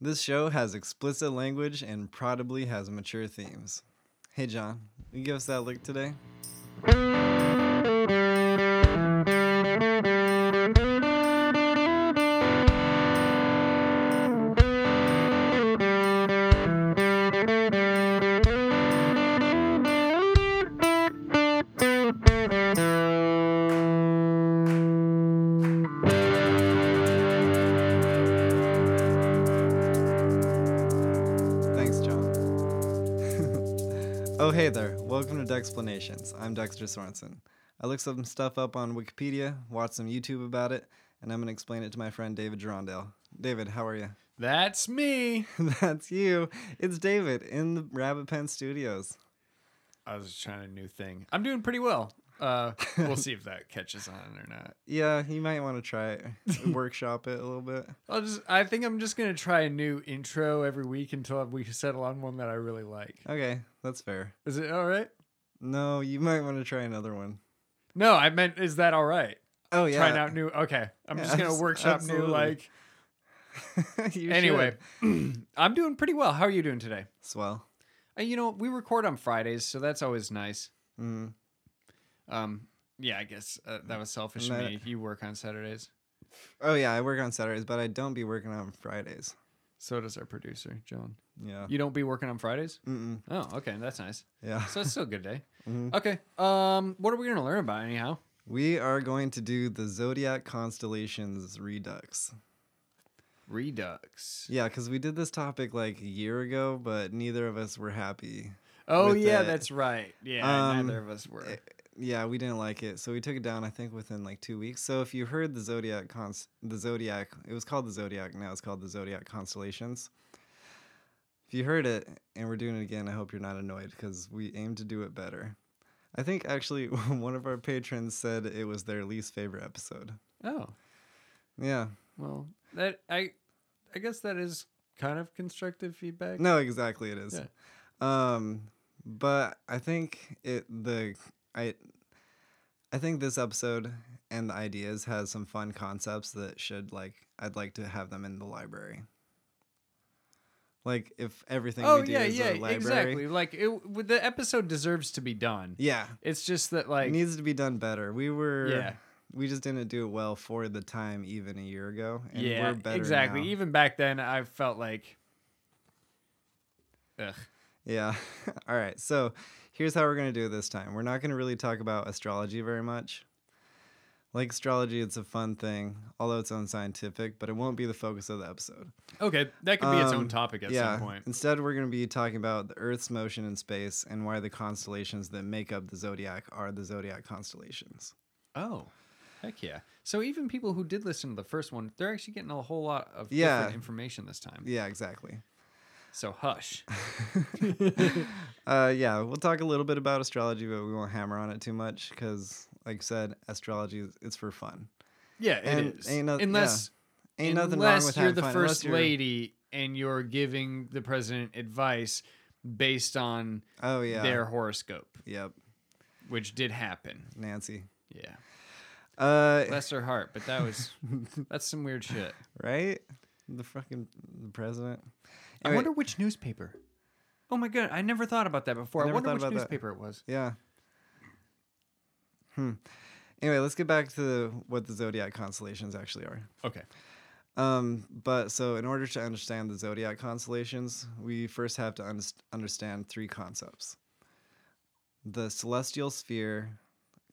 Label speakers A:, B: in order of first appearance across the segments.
A: This show has explicit language and probably has mature themes. Hey, John, you give us that look today? Thanks, John. oh, hey there. Welcome to Dexplanations. I'm Dexter Sorensen. I looked some stuff up on Wikipedia, watched some YouTube about it, and I'm going to explain it to my friend David Gerondale. David, how are you?
B: That's me.
A: That's you. It's David in the Rabbit Pen Studios.
B: I was just trying a new thing. I'm doing pretty well. Uh, we'll see if that catches on or not.
A: Yeah, you might want to try it, workshop it a little bit.
B: I'll just. I think I'm just gonna try a new intro every week until we settle on one that I really like.
A: Okay, that's fair.
B: Is it all right?
A: No, you might want to try another one.
B: No, I meant is that all right?
A: Oh, yeah.
B: Trying out new. Okay, I'm
A: Yeah,
B: just gonna
A: abs-
B: workshop
A: absolutely.
B: new. Like
A: You
B: anyway,
A: should.
B: I'm doing pretty well. How are you doing today?
A: Swell.
B: Uh, you know, we record on Fridays, so that's always nice.
A: Mm.
B: Um, yeah, I guess uh, that was selfish of
A: No.
B: me. You work on Saturdays.
A: Oh, yeah, I work on Saturdays, but I don't be working on Fridays.
B: So does our producer, Joan.
A: Yeah.
B: You don't be working on Fridays?
A: Mm-mm.
B: Oh, okay, that's nice.
A: Yeah.
B: So it's still a good day.
A: Mhm.
B: Okay. Um, what are we gonna learn about anyhow?
A: We are going to do the zodiac constellations redux.
B: Redux.
A: Yeah, because we did this topic like a year ago, but neither of us were happy.
B: Oh
A: With
B: yeah,
A: the-
B: that's right. Yeah,
A: Um,
B: neither of us were.
A: eh, Yeah, we didn't like it, so we took it down. I think within like two weeks. So if you heard the zodiac cons, the zodiac, it was called the zodiac. Now it's called the zodiac constellations. If you heard it and we're doing it again, I hope you're not annoyed because we aim to do it better. I think actually one of our patrons said it was their least favorite episode.
B: oh
A: Yeah.
B: well, that I, I guess that is kind of constructive feedback.
A: No, exactly, it is.
B: Yeah.
A: Um, but I think it the I I think this episode and the ideas has some fun concepts that should like I'd like to have them in the library. Like if everything
B: Oh
A: we do
B: yeah,
A: is
B: yeah,
A: a library,
B: exactly. Like it, w- the episode deserves to be done.
A: yeah,
B: It's just that
A: it
B: like
A: needs to be done better. We were
B: Yeah.
A: we just didn't do it well for the time even a year ago, and
B: yeah,
A: we're better
B: exactly.
A: now.
B: Even back then, I felt like. Ugh.
A: Yeah. All right. So here's how we're going to do it this time. We're not going to really talk about astrology very much. Like astrology, it's a fun thing, although it's unscientific, but it won't be the focus of the episode.
B: Okay, that could be its
A: Um,
B: own topic at some point.
A: Instead, we're going to be talking about the Earth's motion in space and why the constellations that make up the zodiac are the zodiac constellations.
B: Oh, heck yeah! So even people who did listen to the first one, they're actually getting a whole lot of
A: Yeah.
B: different information this time.
A: Yeah, exactly.
B: So hush.
A: Uh, yeah, we'll talk a little bit about astrology, but we won't hammer on it too much because, like I said, astrology is it's for fun.
B: Yeah, it is.
A: And ain't no-
B: unless
A: Ain't nothing wrong
B: unless
A: with
B: you're
A: having
B: the
A: fun, unless
B: 1st
A: you're-
B: lady and you're giving the president advice based on
A: Oh yeah.
B: their horoscope,
A: Yep.
B: which did happen.
A: Nancy.
B: Yeah,
A: Uh,
B: bless her heart, but that was that's some weird shit.
A: right? The fucking the president.
B: I
A: Anyway,
B: wonder which newspaper. Oh my god, I never thought about that before.
A: I
B: I,
A: never
B: wonder
A: thought
B: which
A: about that.
B: newspaper it was.
A: Yeah. Hmm. Anyway, let's get back to the, what the zodiac constellations actually are.
B: Okay.
A: Um, but so in order to understand the zodiac constellations, we first have to un- understand three concepts: the celestial sphere,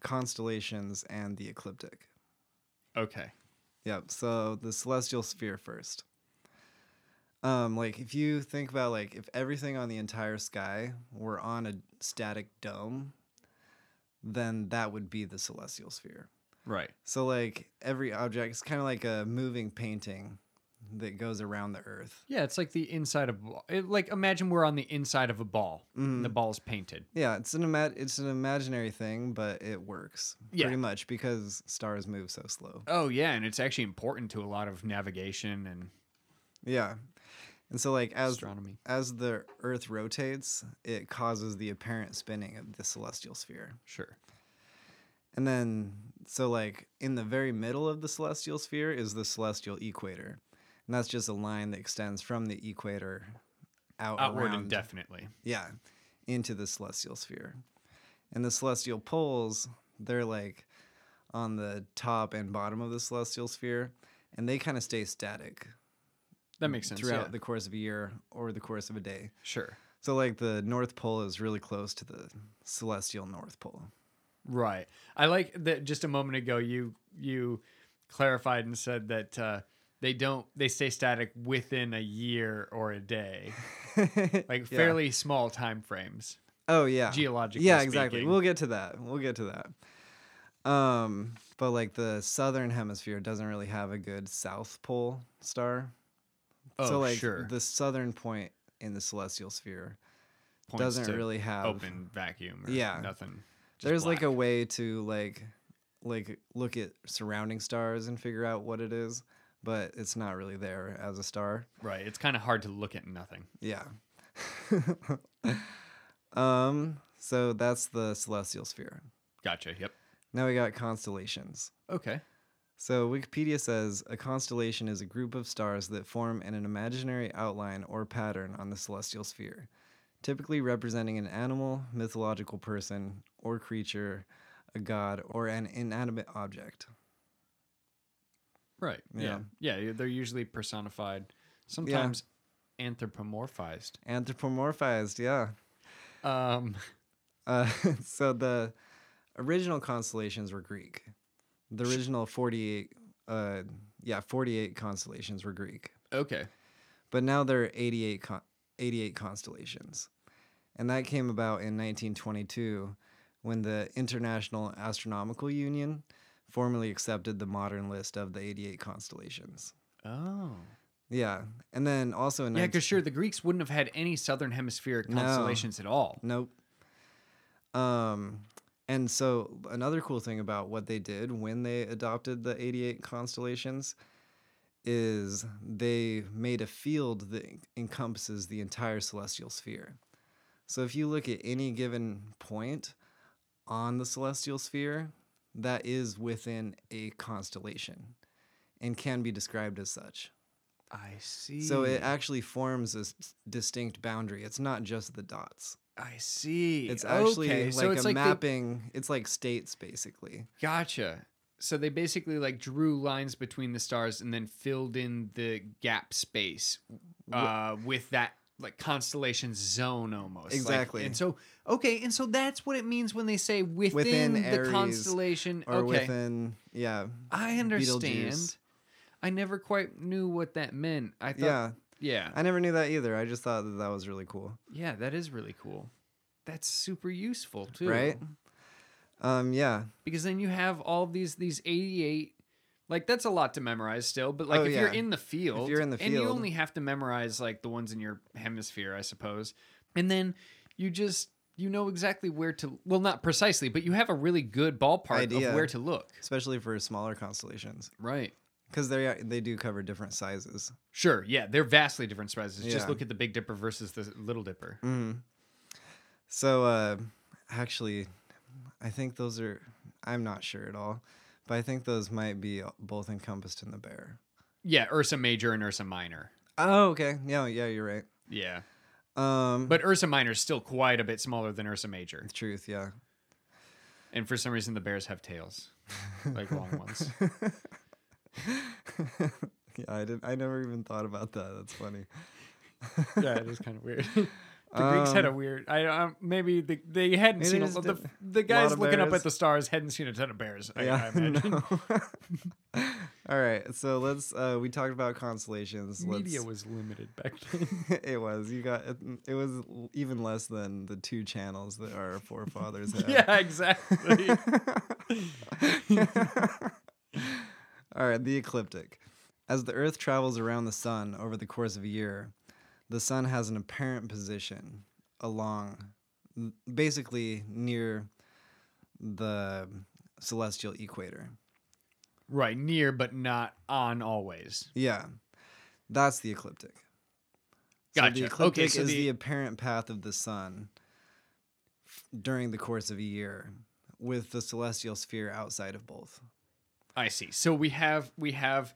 A: constellations, and the ecliptic.
B: Okay.
A: Yep. So the celestial sphere first. Um, like if you think about like if everything on the entire sky were on a static dome, then that would be the celestial sphere.
B: Right.
A: So like every object is kind of like a moving painting that goes around the earth.
B: Yeah, it's like the inside of a ball. It, like imagine we're on the inside of a ball.
A: Mhm.
B: And the ball's painted.
A: Yeah, it's an ima- it's an imaginary thing, but it works
B: Yeah.
A: pretty much because stars move so slow.
B: Oh yeah, and it's actually important to a lot of navigation and
A: Yeah. And so like as
B: astronomy.
A: as the Earth rotates, it causes the apparent spinning of the celestial sphere.
B: Sure.
A: And then, so like in the very middle of the celestial sphere is the celestial equator. and that's just a line that extends from the equator out
B: Outward
A: around,
B: indefinitely.
A: yeah, into the celestial sphere. And the celestial poles, they're like on the top and bottom of the celestial sphere, and they kind of stay static
B: That makes sense.
A: throughout
B: yeah.
A: the course of a year or the course of a day.
B: sure.
A: So like the North Pole is really close to the celestial North Pole.
B: Right. I like that just a moment ago you you clarified and said that uh, they don't they stay static within a year or a day. Like
A: Yeah.
B: fairly small time frames.
A: Oh yeah.
B: geologically
A: Yeah, exactly.
B: speaking.
A: We'll get to that. We'll get to that. Um, but like the southern hemisphere doesn't really have a good south pole star.
B: Oh,
A: so like
B: sure.
A: the southern point in the celestial sphere
B: Points
A: doesn't
B: to
A: really have
B: open vacuum or
A: Yeah.
B: nothing. Just
A: there's like a
B: black.
A: way to like like look at surrounding stars and figure out what it is, but it's not really there as a star.
B: right. It's kind of hard to look at nothing.
A: Yeah. um, so that's the celestial sphere.
B: Gotcha. Yep.
A: Now we got constellations.
B: Okay.
A: So Wikipedia says a constellation is a group of stars that form in an imaginary outline or pattern on the celestial sphere, typically representing an animal, mythological person, or creature, a god, or an inanimate object.
B: Right. Yeah.
A: Yeah.
B: Yeah. They're usually personified, sometimes anthropomorphized.
A: Anthropomorphized, yeah.
B: Um,
A: Uh, so the original constellations were Greek. The original 48, uh, yeah, 48 constellations were Greek.
B: okay.
A: but now there are 88, con- 88 constellations. And that came about in 1922 when the International Astronomical Union formally accepted the modern list of the 88 constellations.
B: Oh.
A: Yeah. And then also in
B: Yeah,
A: 19-
B: because sure, the Greeks wouldn't have had any southern hemisphere
A: No.
B: constellations at all.
A: Nope. Um, and so another cool thing about what they did when they adopted the 88 constellations is they made a field that encompasses the entire celestial sphere. So if you look at any given point on the celestial sphere, that is within a constellation and can be described as such.
B: I see.
A: So it actually forms a s- distinct boundary. It's not just the dots.
B: I see.
A: It's actually
B: Okay,
A: like
B: so
A: a
B: it's like they-
A: mapping. It's like states, basically.
B: gotcha. So they basically like drew lines between the stars and then filled in the gap space uh, with that like constellation zone almost. Like,
A: Exactly.
B: and so okay, and so that's what it means when they say within, the
A: Aries
B: constellation.
A: Or
B: okay.
A: within, yeah,
B: I understand.
A: Beetlejuice.
B: I never quite knew what that meant. I thought
A: yeah.
B: yeah.
A: I never knew that either. I just thought that that was really cool,
B: Yeah, that is really cool. That's super useful too,
A: right? Um, yeah,
B: Because then you have all these these eighty eight. Like that's a lot to memorize still, but like
A: Oh,
B: if you're
A: yeah.
B: in the field,
A: you're in the
B: and you
A: field.
B: only have to memorize like the ones in your hemisphere, I suppose, and then you just you know exactly where to. Well, not precisely, but you have a really good ballpark
A: Idea.
B: of where to look.
A: especially for smaller constellations,
B: Right.
A: because they are- they do cover different sizes.
B: Sure. Yeah, they're vastly different sizes. Just
A: Yeah. Mm.
B: look at the Big Dipper versus the Little Dipper.
A: So, uh, actually, I think those are. I'm not sure at all, but I think those might be both encompassed in the bear.
B: Yeah, Ursa Major and Ursa Minor.
A: Oh, okay. Yeah, yeah, you're right.
B: Yeah.
A: Um,
B: But Ursa Minor is still quite a bit smaller than Ursa Major.
A: truth, yeah.
B: And for some reason, the bears have tails, like long ones.
A: yeah, I didn't. I never even thought about that. That's funny.
B: yeah, it is kind of weird. The Greeks had a weird. I uh, maybe the, they hadn't
A: Um, Maybe
B: seen a,
A: they just
B: the
A: did
B: the guys
A: of
B: looking up
A: bears.
B: at the stars hadn't seen a ton of bears. I, I
A: Yeah.
B: imagine.
A: no. All right. So let's. Uh, we talked about constellations. Let's,
B: Media was limited back then.
A: it was. You got. It, it was l- even less than the two channels that our forefathers had.
B: yeah, exactly.
A: All right, the ecliptic. As the Earth travels around the Sun over the course of a year, the Sun has an apparent position along, basically near the celestial equator.
B: right, near but not on always.
A: Yeah, that's the ecliptic. So
B: Gotcha.
A: the
B: Okay,
A: ecliptic
B: so
A: is
B: the-
A: the... apparent path of the Sun f- during the course of a year, with the celestial sphere outside of both.
B: I see. So we have we have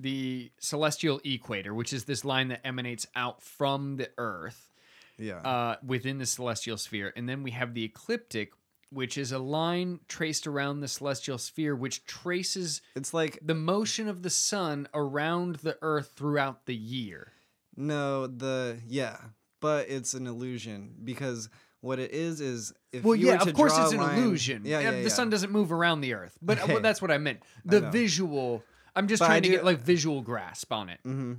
B: the celestial equator, which is this line that emanates out from the Earth
A: Yeah.
B: uh, within the celestial sphere. And then we have the ecliptic, which is a line traced around the celestial sphere, which traces
A: it's like
B: the motion of the sun around the Earth throughout the year.
A: no, the yeah, but it's an illusion because what it is is if
B: Well,
A: you
B: yeah,
A: were to
B: of course
A: draw
B: it's
A: a
B: an
A: line-
B: illusion.
A: Yeah, yeah,
B: the
A: yeah.
B: sun doesn't move around the Earth, but
A: Okay.
B: well, that's what I meant. The
A: know.
B: visual. I'm just
A: But I
B: trying to
A: do-
B: get like visual grasp on it.
A: Mhm.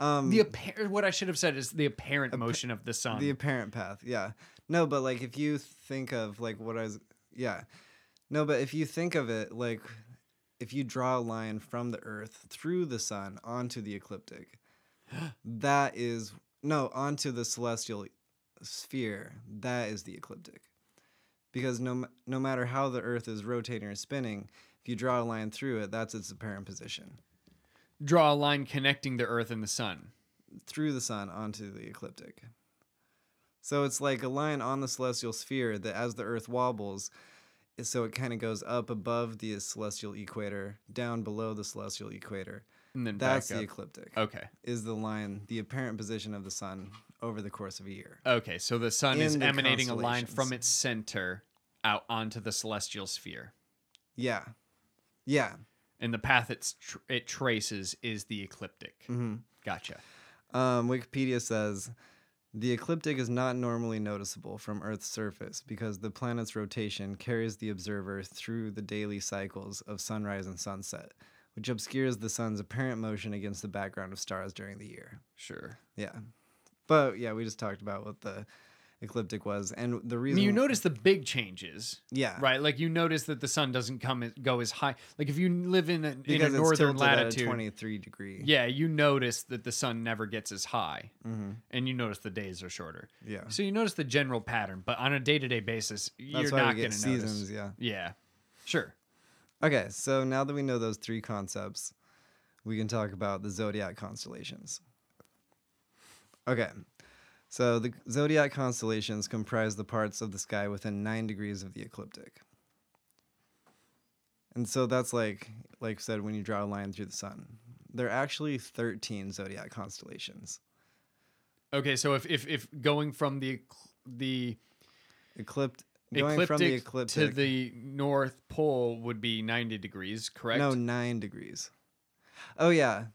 A: Um,
B: The apparent. What I should have said is the apparent motion of the sun.
A: the apparent path yeah no but like if you think of like what i was yeah no but if you think of it like if you draw a line from the earth through the sun onto the ecliptic that is no onto the celestial sphere that is the ecliptic because no ma- no matter how the earth is rotating or spinning if you draw a line through it that's its apparent position
B: Draw a line connecting the Earth and the sun.
A: through the sun onto the ecliptic. So it's like a line on the celestial sphere that as the earth wobbles, it- so it kind of goes up above the celestial equator, down below the celestial equator.
B: And then
A: That's
B: back
A: the
B: up.
A: ecliptic.
B: Okay.
A: Is the line the apparent position of the sun over the course of a year?
B: Okay. So the sun
A: In
B: is
A: the
B: emanating a line from
A: constellations.
B: its center out onto the celestial sphere,
A: Yeah. Yeah.
B: and the path it's tr- it traces is the ecliptic.
A: Mm-hmm.
B: Gotcha.
A: Um, Wikipedia says the ecliptic is not normally noticeable from Earth's surface because the planet's rotation carries the observer through the daily cycles of sunrise and sunset, which obscures the sun's apparent motion against the background of stars during the year.
B: Sure.
A: Yeah. But yeah, we just talked about what the ecliptic was and the
B: I
A: reason
B: mean, you notice the big changes.
A: yeah
B: Right, like you notice that the sun doesn't come as, go as high. Like if you live in a, in
A: because
B: a
A: it's
B: northern
A: tilted at a
B: latitude,
A: 23 degree
B: yeah, you notice that the sun never gets as high,
A: hmm
B: and you notice the days are shorter.
A: yeah
B: So you notice the general pattern, but on a day to day basis, you're
A: that's why
B: not
A: we
B: going
A: get
B: to
A: seasons
B: notice.
A: yeah
B: Yeah, sure.
A: Okay, so now that we know those three concepts, we can talk about the zodiac constellations. Okay, so the zodiac constellations comprise the parts of the sky within nine degrees of the ecliptic. And so that's like, like I said, when you draw a line through the sun. There are actually 13 zodiac constellations.
B: Okay, so if if, if going from the ec- the
A: Eclipt- going
B: ecliptic,
A: from the ecliptic
B: to the North Pole would be ninety degrees, correct?
A: No, nine degrees. Oh, yeah.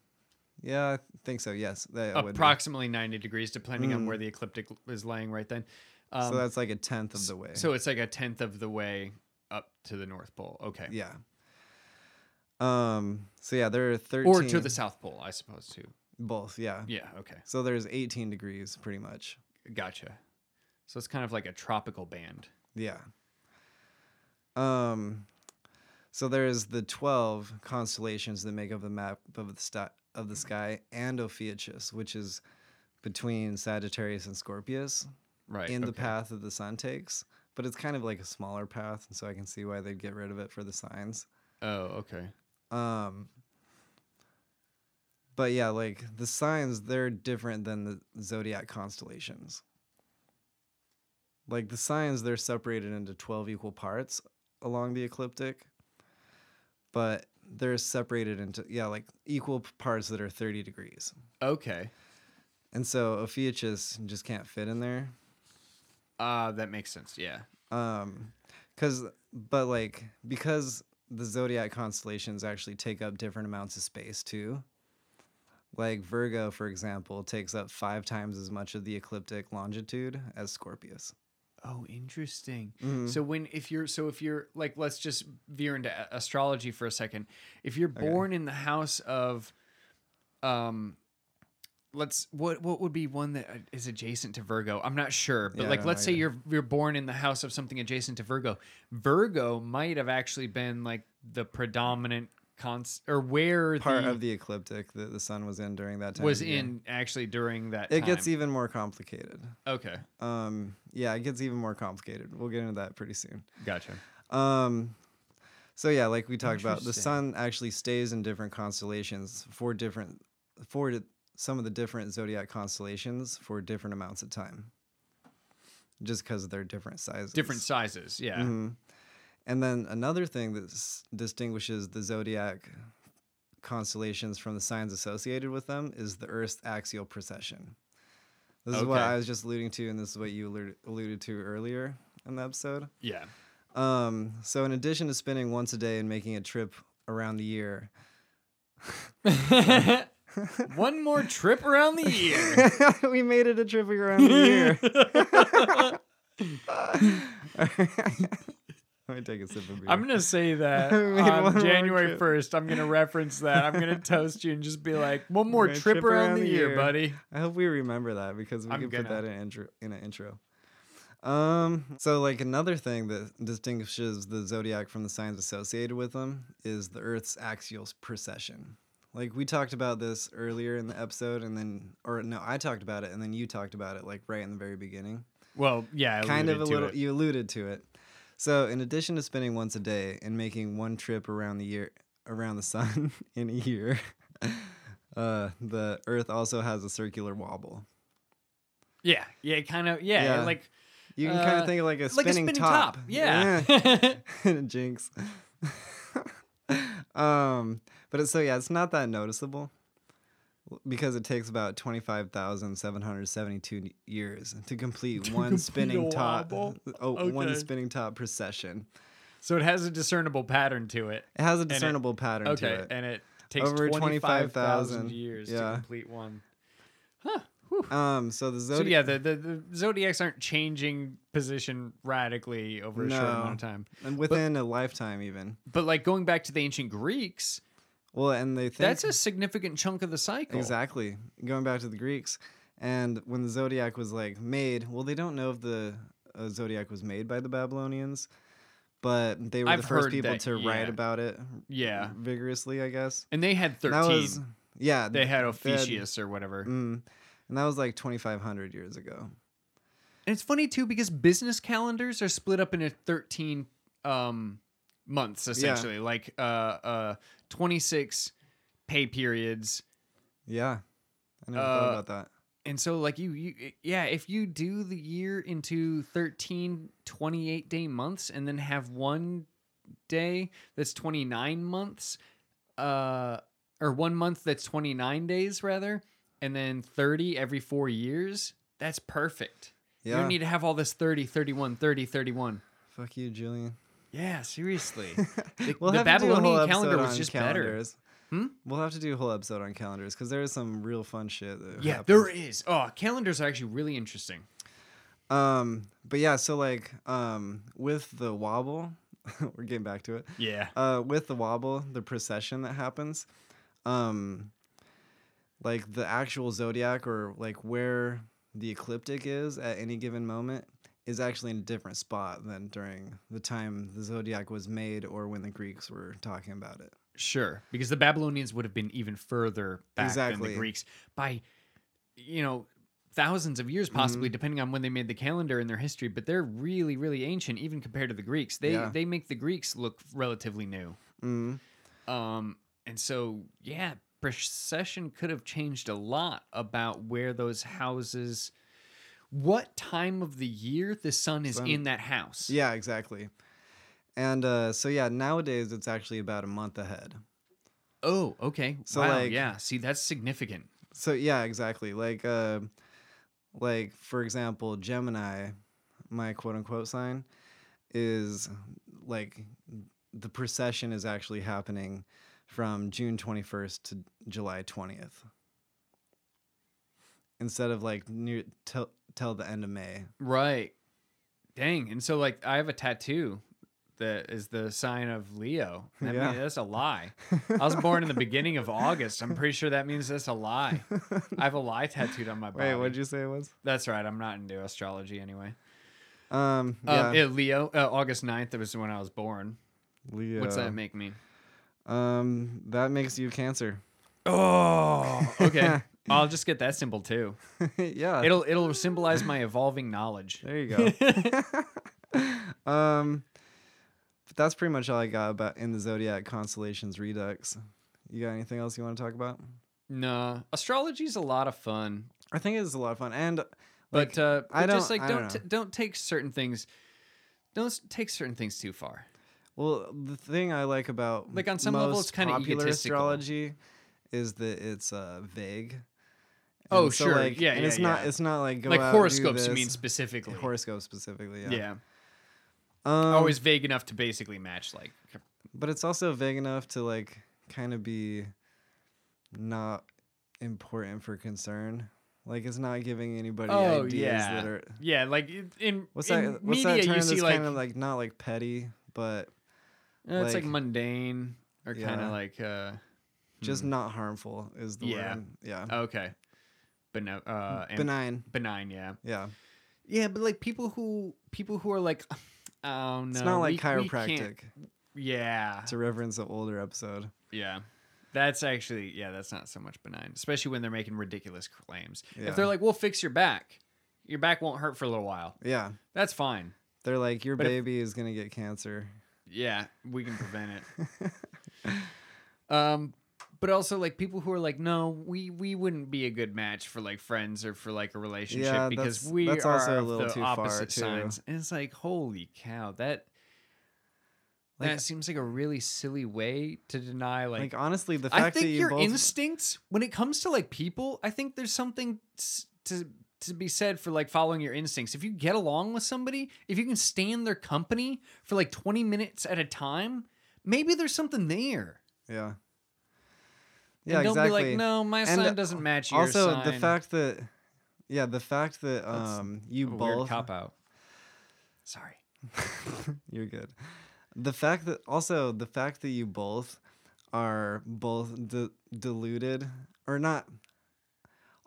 A: Yeah, I think so. Yes. That would be.
B: approximately ninety degrees, depending on where the ecliptic is laying right then. Um,
A: Mm. so that's like a tenth of the way.
B: So it's like a tenth of the way up to the North Pole. Okay.
A: yeah. Um. So yeah, there are thirteen. Uh-huh.
B: Or to the South Pole, I suppose too.
A: both. Yeah.
B: Yeah. Okay.
A: So there's eighteen degrees, pretty much.
B: Gotcha. So it's kind of like a tropical band.
A: Yeah. Um. So there's the twelve constellations that make up the map of the sti- of the sky, and Ophiuchus, which is between Sagittarius and Scorpius,
B: Right.
A: in the
B: okay.
A: path that the sun takes. But it's kind of like a smaller path, and so I can see why they'd get rid of it for the signs.
B: Oh, okay.
A: Um, but yeah, like the signs, they're different than the zodiac constellations. Like the signs, they're separated into 12 equal parts along the ecliptic, but they're separated into, yeah, like equal p- parts that are 30 degrees.
B: Okay.
A: And so Ophiuchus just can't fit in there.
B: Uh, that makes sense. Yeah.
A: um because but like because the zodiac constellations actually take up different amounts of space too like virgo for example takes up five times as much of the ecliptic longitude as scorpius
B: Oh, interesting.
A: Mhm.
B: So when if you're so if you're like let's just veer into a- astrology for a second. If you're born in the house of um let's what what would be one that uh, is adjacent to Virgo? I'm not sure, but
A: Yeah, I
B: like
A: don't
B: let's
A: know
B: say
A: either.
B: you're you're born in the house of something adjacent to Virgo. Virgo might have actually been like the predominant cons or where
A: part
B: the,
A: of the ecliptic that the sun was in during that time
B: was
A: of year.
B: in actually during that
A: it gets e-,
B: time.
A: even more complicated
B: Okay.
A: um yeah it gets even more complicated we'll get into that pretty soon
B: Gotcha.
A: Um, so yeah, like we talked about, the
B: Interesting.
A: sun actually stays in different constellations for different for di- some of the different zodiac constellations for different amounts of time, just because they're different sizes. Mm-hmm.
B: Different sizes. Yeah.
A: Mhm. And then another thing that s- distinguishes the zodiac constellations from the signs associated with them is the Earth's axial precession. This is what
B: Okay.
A: I was just alluding to, and this is what you alluded- alluded to earlier in the episode.
B: Yeah.
A: Um, so, in addition to spinning once a day and making a trip around the year, Mm-hmm.
B: One more trip around the year.
A: we made it a trip around the year. Let me take a sip of beer.
B: I'm gonna say that
A: I made one
B: on
A: more
B: January
A: trip.
B: first. I'm gonna reference that. I'm gonna toast you and just be like, "One more
A: Right,
B: trip, around, the year, buddy."
A: I hope we remember that because we
B: I'm
A: can put
B: gonna.
A: that in intro, in an intro. Um, so like another thing that distinguishes the zodiac from the signs associated with them is the Earth's axial precession. Like we talked about this earlier in the episode, and then, or no, I talked about it, and then you talked about it like right in the very beginning
B: Well, yeah, I
A: kind of a
B: alluded to
A: little
B: it.
A: you alluded to it so in addition to spending once a day and making one trip around the year around the sun in a year uh, the earth also has a circular wobble
B: Yeah, yeah, kind of. Yeah,
A: Yeah.
B: like
A: you can kind
B: Uh,
A: of think of like a
B: like
A: spinning,
B: a spinning top. Yeah.
A: Yeah. jinx um but it's so yeah it's not that noticeable because it takes about 25,772 years to complete one
B: complete
A: spinning
B: a
A: top
B: wobble?
A: oh, one
B: Okay.
A: spinning top procession
B: so it has a discernible pattern to it.
A: It has a
B: it-
A: discernible pattern
B: Okay,
A: to it.
B: and it takes
A: Over
B: twenty five thousand
A: 25,000,
B: years to
A: yeah.
B: complete one.
A: um, so the
B: So
A: zodiac.
B: yeah, the, the the zodiacs aren't changing position radically over a short
A: No.
B: amount of time.
A: and within a lifetime, even.
B: But like going back to the ancient Greeks,
A: Well, and they think
B: that's a significant chunk of the cycle.
A: exactly going back to the Greeks, and when the zodiac was like made. Well, they don't know if the uh, zodiac was made by the Babylonians, but they were
B: I've
A: the first
B: heard
A: people
B: that,
A: to write
B: yeah.
A: about it
B: Yeah,
A: vigorously, I guess.
B: and they had
A: And
B: thirteen.
A: That was yeah.
B: they had
A: had-
B: Ophiuchus or whatever.
A: mm, and that was like 2,500 years ago.
B: And it's funny too because business calendars are split up into 13 um, months essentially, like uh, uh, 26 pay periods.
A: Yeah, I never thought
B: Uh,
A: about that.
B: And so like you you yeah, if you do the year into 13 28 day months and then have one day that's 29 months uh or one month that's 29 days rather and then 30 every 4 years, that's perfect. You
A: Yeah,
B: don't need to have all this 30, 31, 30, 31.
A: fuck you, Julian.
B: Yeah, seriously. The,
A: We'll
B: the
A: have to do a whole
B: Babylonian
A: episode
B: calendar was
A: on
B: just
A: calendars.
B: Hmm?
A: We'll have to do a whole episode on calendars because there is some real fun shit. That
B: better. Yeah,
A: happens.
B: there is. Oh, calendars are actually really interesting.
A: Um, but yeah, so like, um, with the wobble, we're getting back to it.
B: Yeah.
A: Uh, with the wobble, the procession that happens, um, like the actual zodiac or like where the ecliptic is at any given moment is actually in a different spot than during the time the zodiac was made or when the Greeks were talking about it.
B: Sure, because the Babylonians would have been even further back than
A: Exactly.
B: the Greeks by, you know, thousands of years,
A: Mm-hmm.
B: possibly depending on when they made the calendar in their history. But they're really, really ancient, even compared to the Greeks. They
A: Yeah.
B: they make the Greeks look relatively new.
A: Mm.
B: Um, and so yeah, procession could have changed a lot about where those houses, what time of the year the sun is
A: Sun.
B: in that house.
A: Yeah, exactly. And uh, so yeah, nowadays it's actually about a month ahead.
B: Oh, okay.
A: So,
B: wow.
A: like-
B: yeah. See, that's significant.
A: So yeah, exactly. Like uh, like for example, Gemini, my quote unquote sign, is like the procession is actually happening from June twenty first to July twentieth. Instead of like near till till the end of May.
B: Right. Dang. And so like I have a tattoo that is the sign of Leo. I
A: Yeah.
B: mean, that's a lie. I was born in the beginning of August. I'm pretty sure that means that's a lie. I have a lie tattooed on my body.
A: Wait, what'd you say it was?
B: That's right. I'm not into astrology anyway.
A: Um, yeah,
B: Um, yeah, Leo, uh, August 9th that was when I was born.
A: Leo.
B: What's that make me?
A: Um, that makes you Cancer.
B: Oh, okay. I'll just get that symbol too.
A: yeah.
B: It'll it'll symbolize my evolving knowledge.
A: There you go. um, but that's pretty much all I got about in the zodiac constellations redux. You got anything else you want to talk about?
B: Nah, astrology's a lot of fun.
A: I think it's a lot of fun, and like,
B: but uh,
A: I
B: but just
A: don't-
B: like
A: I
B: don't
A: don't
B: t- don't take certain things, don't s- take certain things too far.
A: Well, the thing I like about
B: Like, on some level,
A: most
B: it's kinda
A: popular
B: egotistical.
A: astrology is that it's uh, vague. And
B: Oh, sure.
A: Like,
B: Yeah,
A: and
B: yeah,
A: it's not.
B: yeah.
A: It's not like go
B: like
A: out, do
B: horoscopes, you
A: this.
B: mean specifically?
A: horoscopes specifically. Yeah.
B: yeah,
A: Um,
B: always vague enough to basically match. Like,
A: but it's also vague enough to like kind of be not important for concern. Like it's not giving anybody
B: oh
A: ideas
B: yeah,
A: that are.
B: yeah. Like in- in
A: What's
B: in
A: that? What's
B: media,
A: that term
B: you
A: that's
B: see like,
A: kind of like not like petty, but
B: uh, it's like,
A: like-
B: mundane or kind
A: Yeah.
B: of like uh,
A: just not harmful is the
B: Yeah. Oh,
A: word. Yeah.
B: okay, but no, uh, and
A: Benign.
B: benign, yeah.
A: Yeah.
B: Yeah, but like people who people who are like, oh no,
A: It's not like
B: we- we can't-
A: chiropractic.
B: yeah,
A: to reference an older episode.
B: yeah, that's actually yeah, that's not so much benign, especially when they're making ridiculous claims.
A: Yeah.
B: If they're like, we'll fix your back, your back won't hurt for a little while.
A: Yeah.
B: That's fine.
A: They're like, your
B: But if-
A: baby is going to get cancer.
B: Yeah, we can prevent it. um, but also like people who are like, no, we we wouldn't be a good match for like friends or for like a relationship
A: Yeah,
B: because
A: that's-
B: we
A: that's
B: are
A: also a
B: of
A: little
B: the
A: too far,
B: opposite
A: too.
B: signs. And it's like, holy cow, that
A: Like-
B: that seems like a really silly way to deny like.
A: Like, honestly, the fact
B: I think
A: that you
B: your
A: both.
B: instincts when it comes to like people, I think there's something s- to to be said for like following your instincts. If you get along with somebody, if you can stand their company for like 20 minutes at a time, maybe there's something there.
A: yeah. Yeah,
B: and don't
A: exactly.
B: be like, no, my
A: And
B: sign doesn't match your
A: also,
B: sign.
A: the fact that. Yeah, the fact that um, you
B: A weird
A: both.
B: cop out. Sorry.
A: You're good. The fact that also the fact that you both are both de- deluded or not.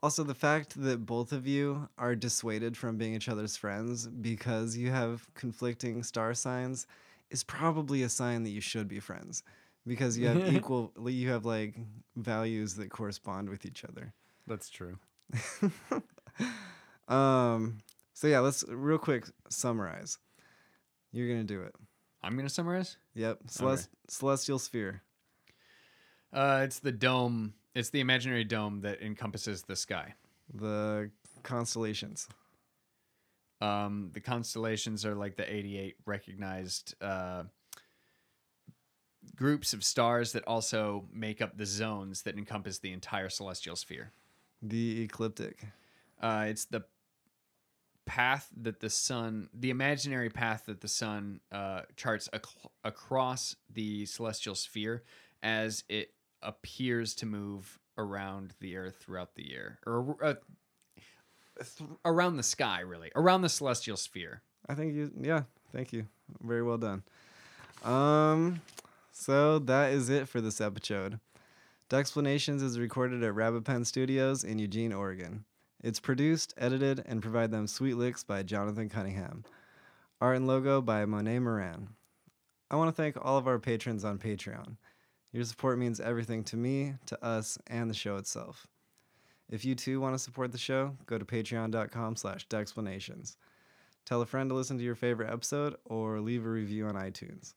A: Also, the fact that both of you are dissuaded from being each other's friends because you have conflicting star signs is probably a sign that you should be friends because you have equal you have like values that correspond with each other.
B: That's true.
A: Um so yeah, let's real quick summarize. You're going to do it.
B: I'm going to summarize.
A: Yep.
B: Alright.
A: Celest- Celestial sphere.
B: Uh, it's the dome. It's the imaginary dome that encompasses the sky.
A: The constellations.
B: Um, the constellations are like the 88 recognized uh, groups of stars that also make up the zones that encompass the entire celestial sphere.
A: The ecliptic.
B: Uh, it's the path that the sun, the imaginary path that the sun uh, charts ac- across the celestial sphere as it appears to move around the earth throughout the year or uh, th- around the sky, really, around the celestial sphere.
A: I think you yeah, thank you. Very well done. Um so that is it for this episode. Dexplanations is recorded at Rabbit Pen Studios in Eugene, Oregon. It's produced, edited, and provide them sweet licks by Jonathan Cunningham. Art and logo by Monet Moran. I want to thank all of our patrons on Patreon. Your support means everything to me, to us, and the show itself. If you too want to support the show, go to patreon.com slash dexplanations. Tell a friend to listen to your favorite episode or leave a review on iTunes.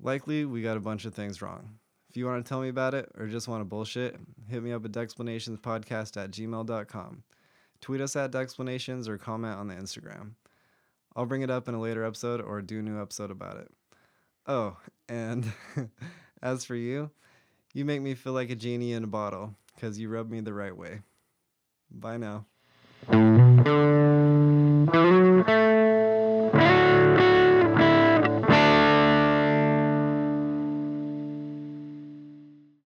A: Likely, we got a bunch of things wrong. If you want to tell me about it or just want to bullshit, hit me up at dexplanationspodcast at gmail.com. Tweet us at dexplanations or comment on the Instagram. I'll bring it up in a later episode or do a new episode about it. Oh, and as for you, you make me feel like a genie in a bottle because you rub me the right way. Bye now.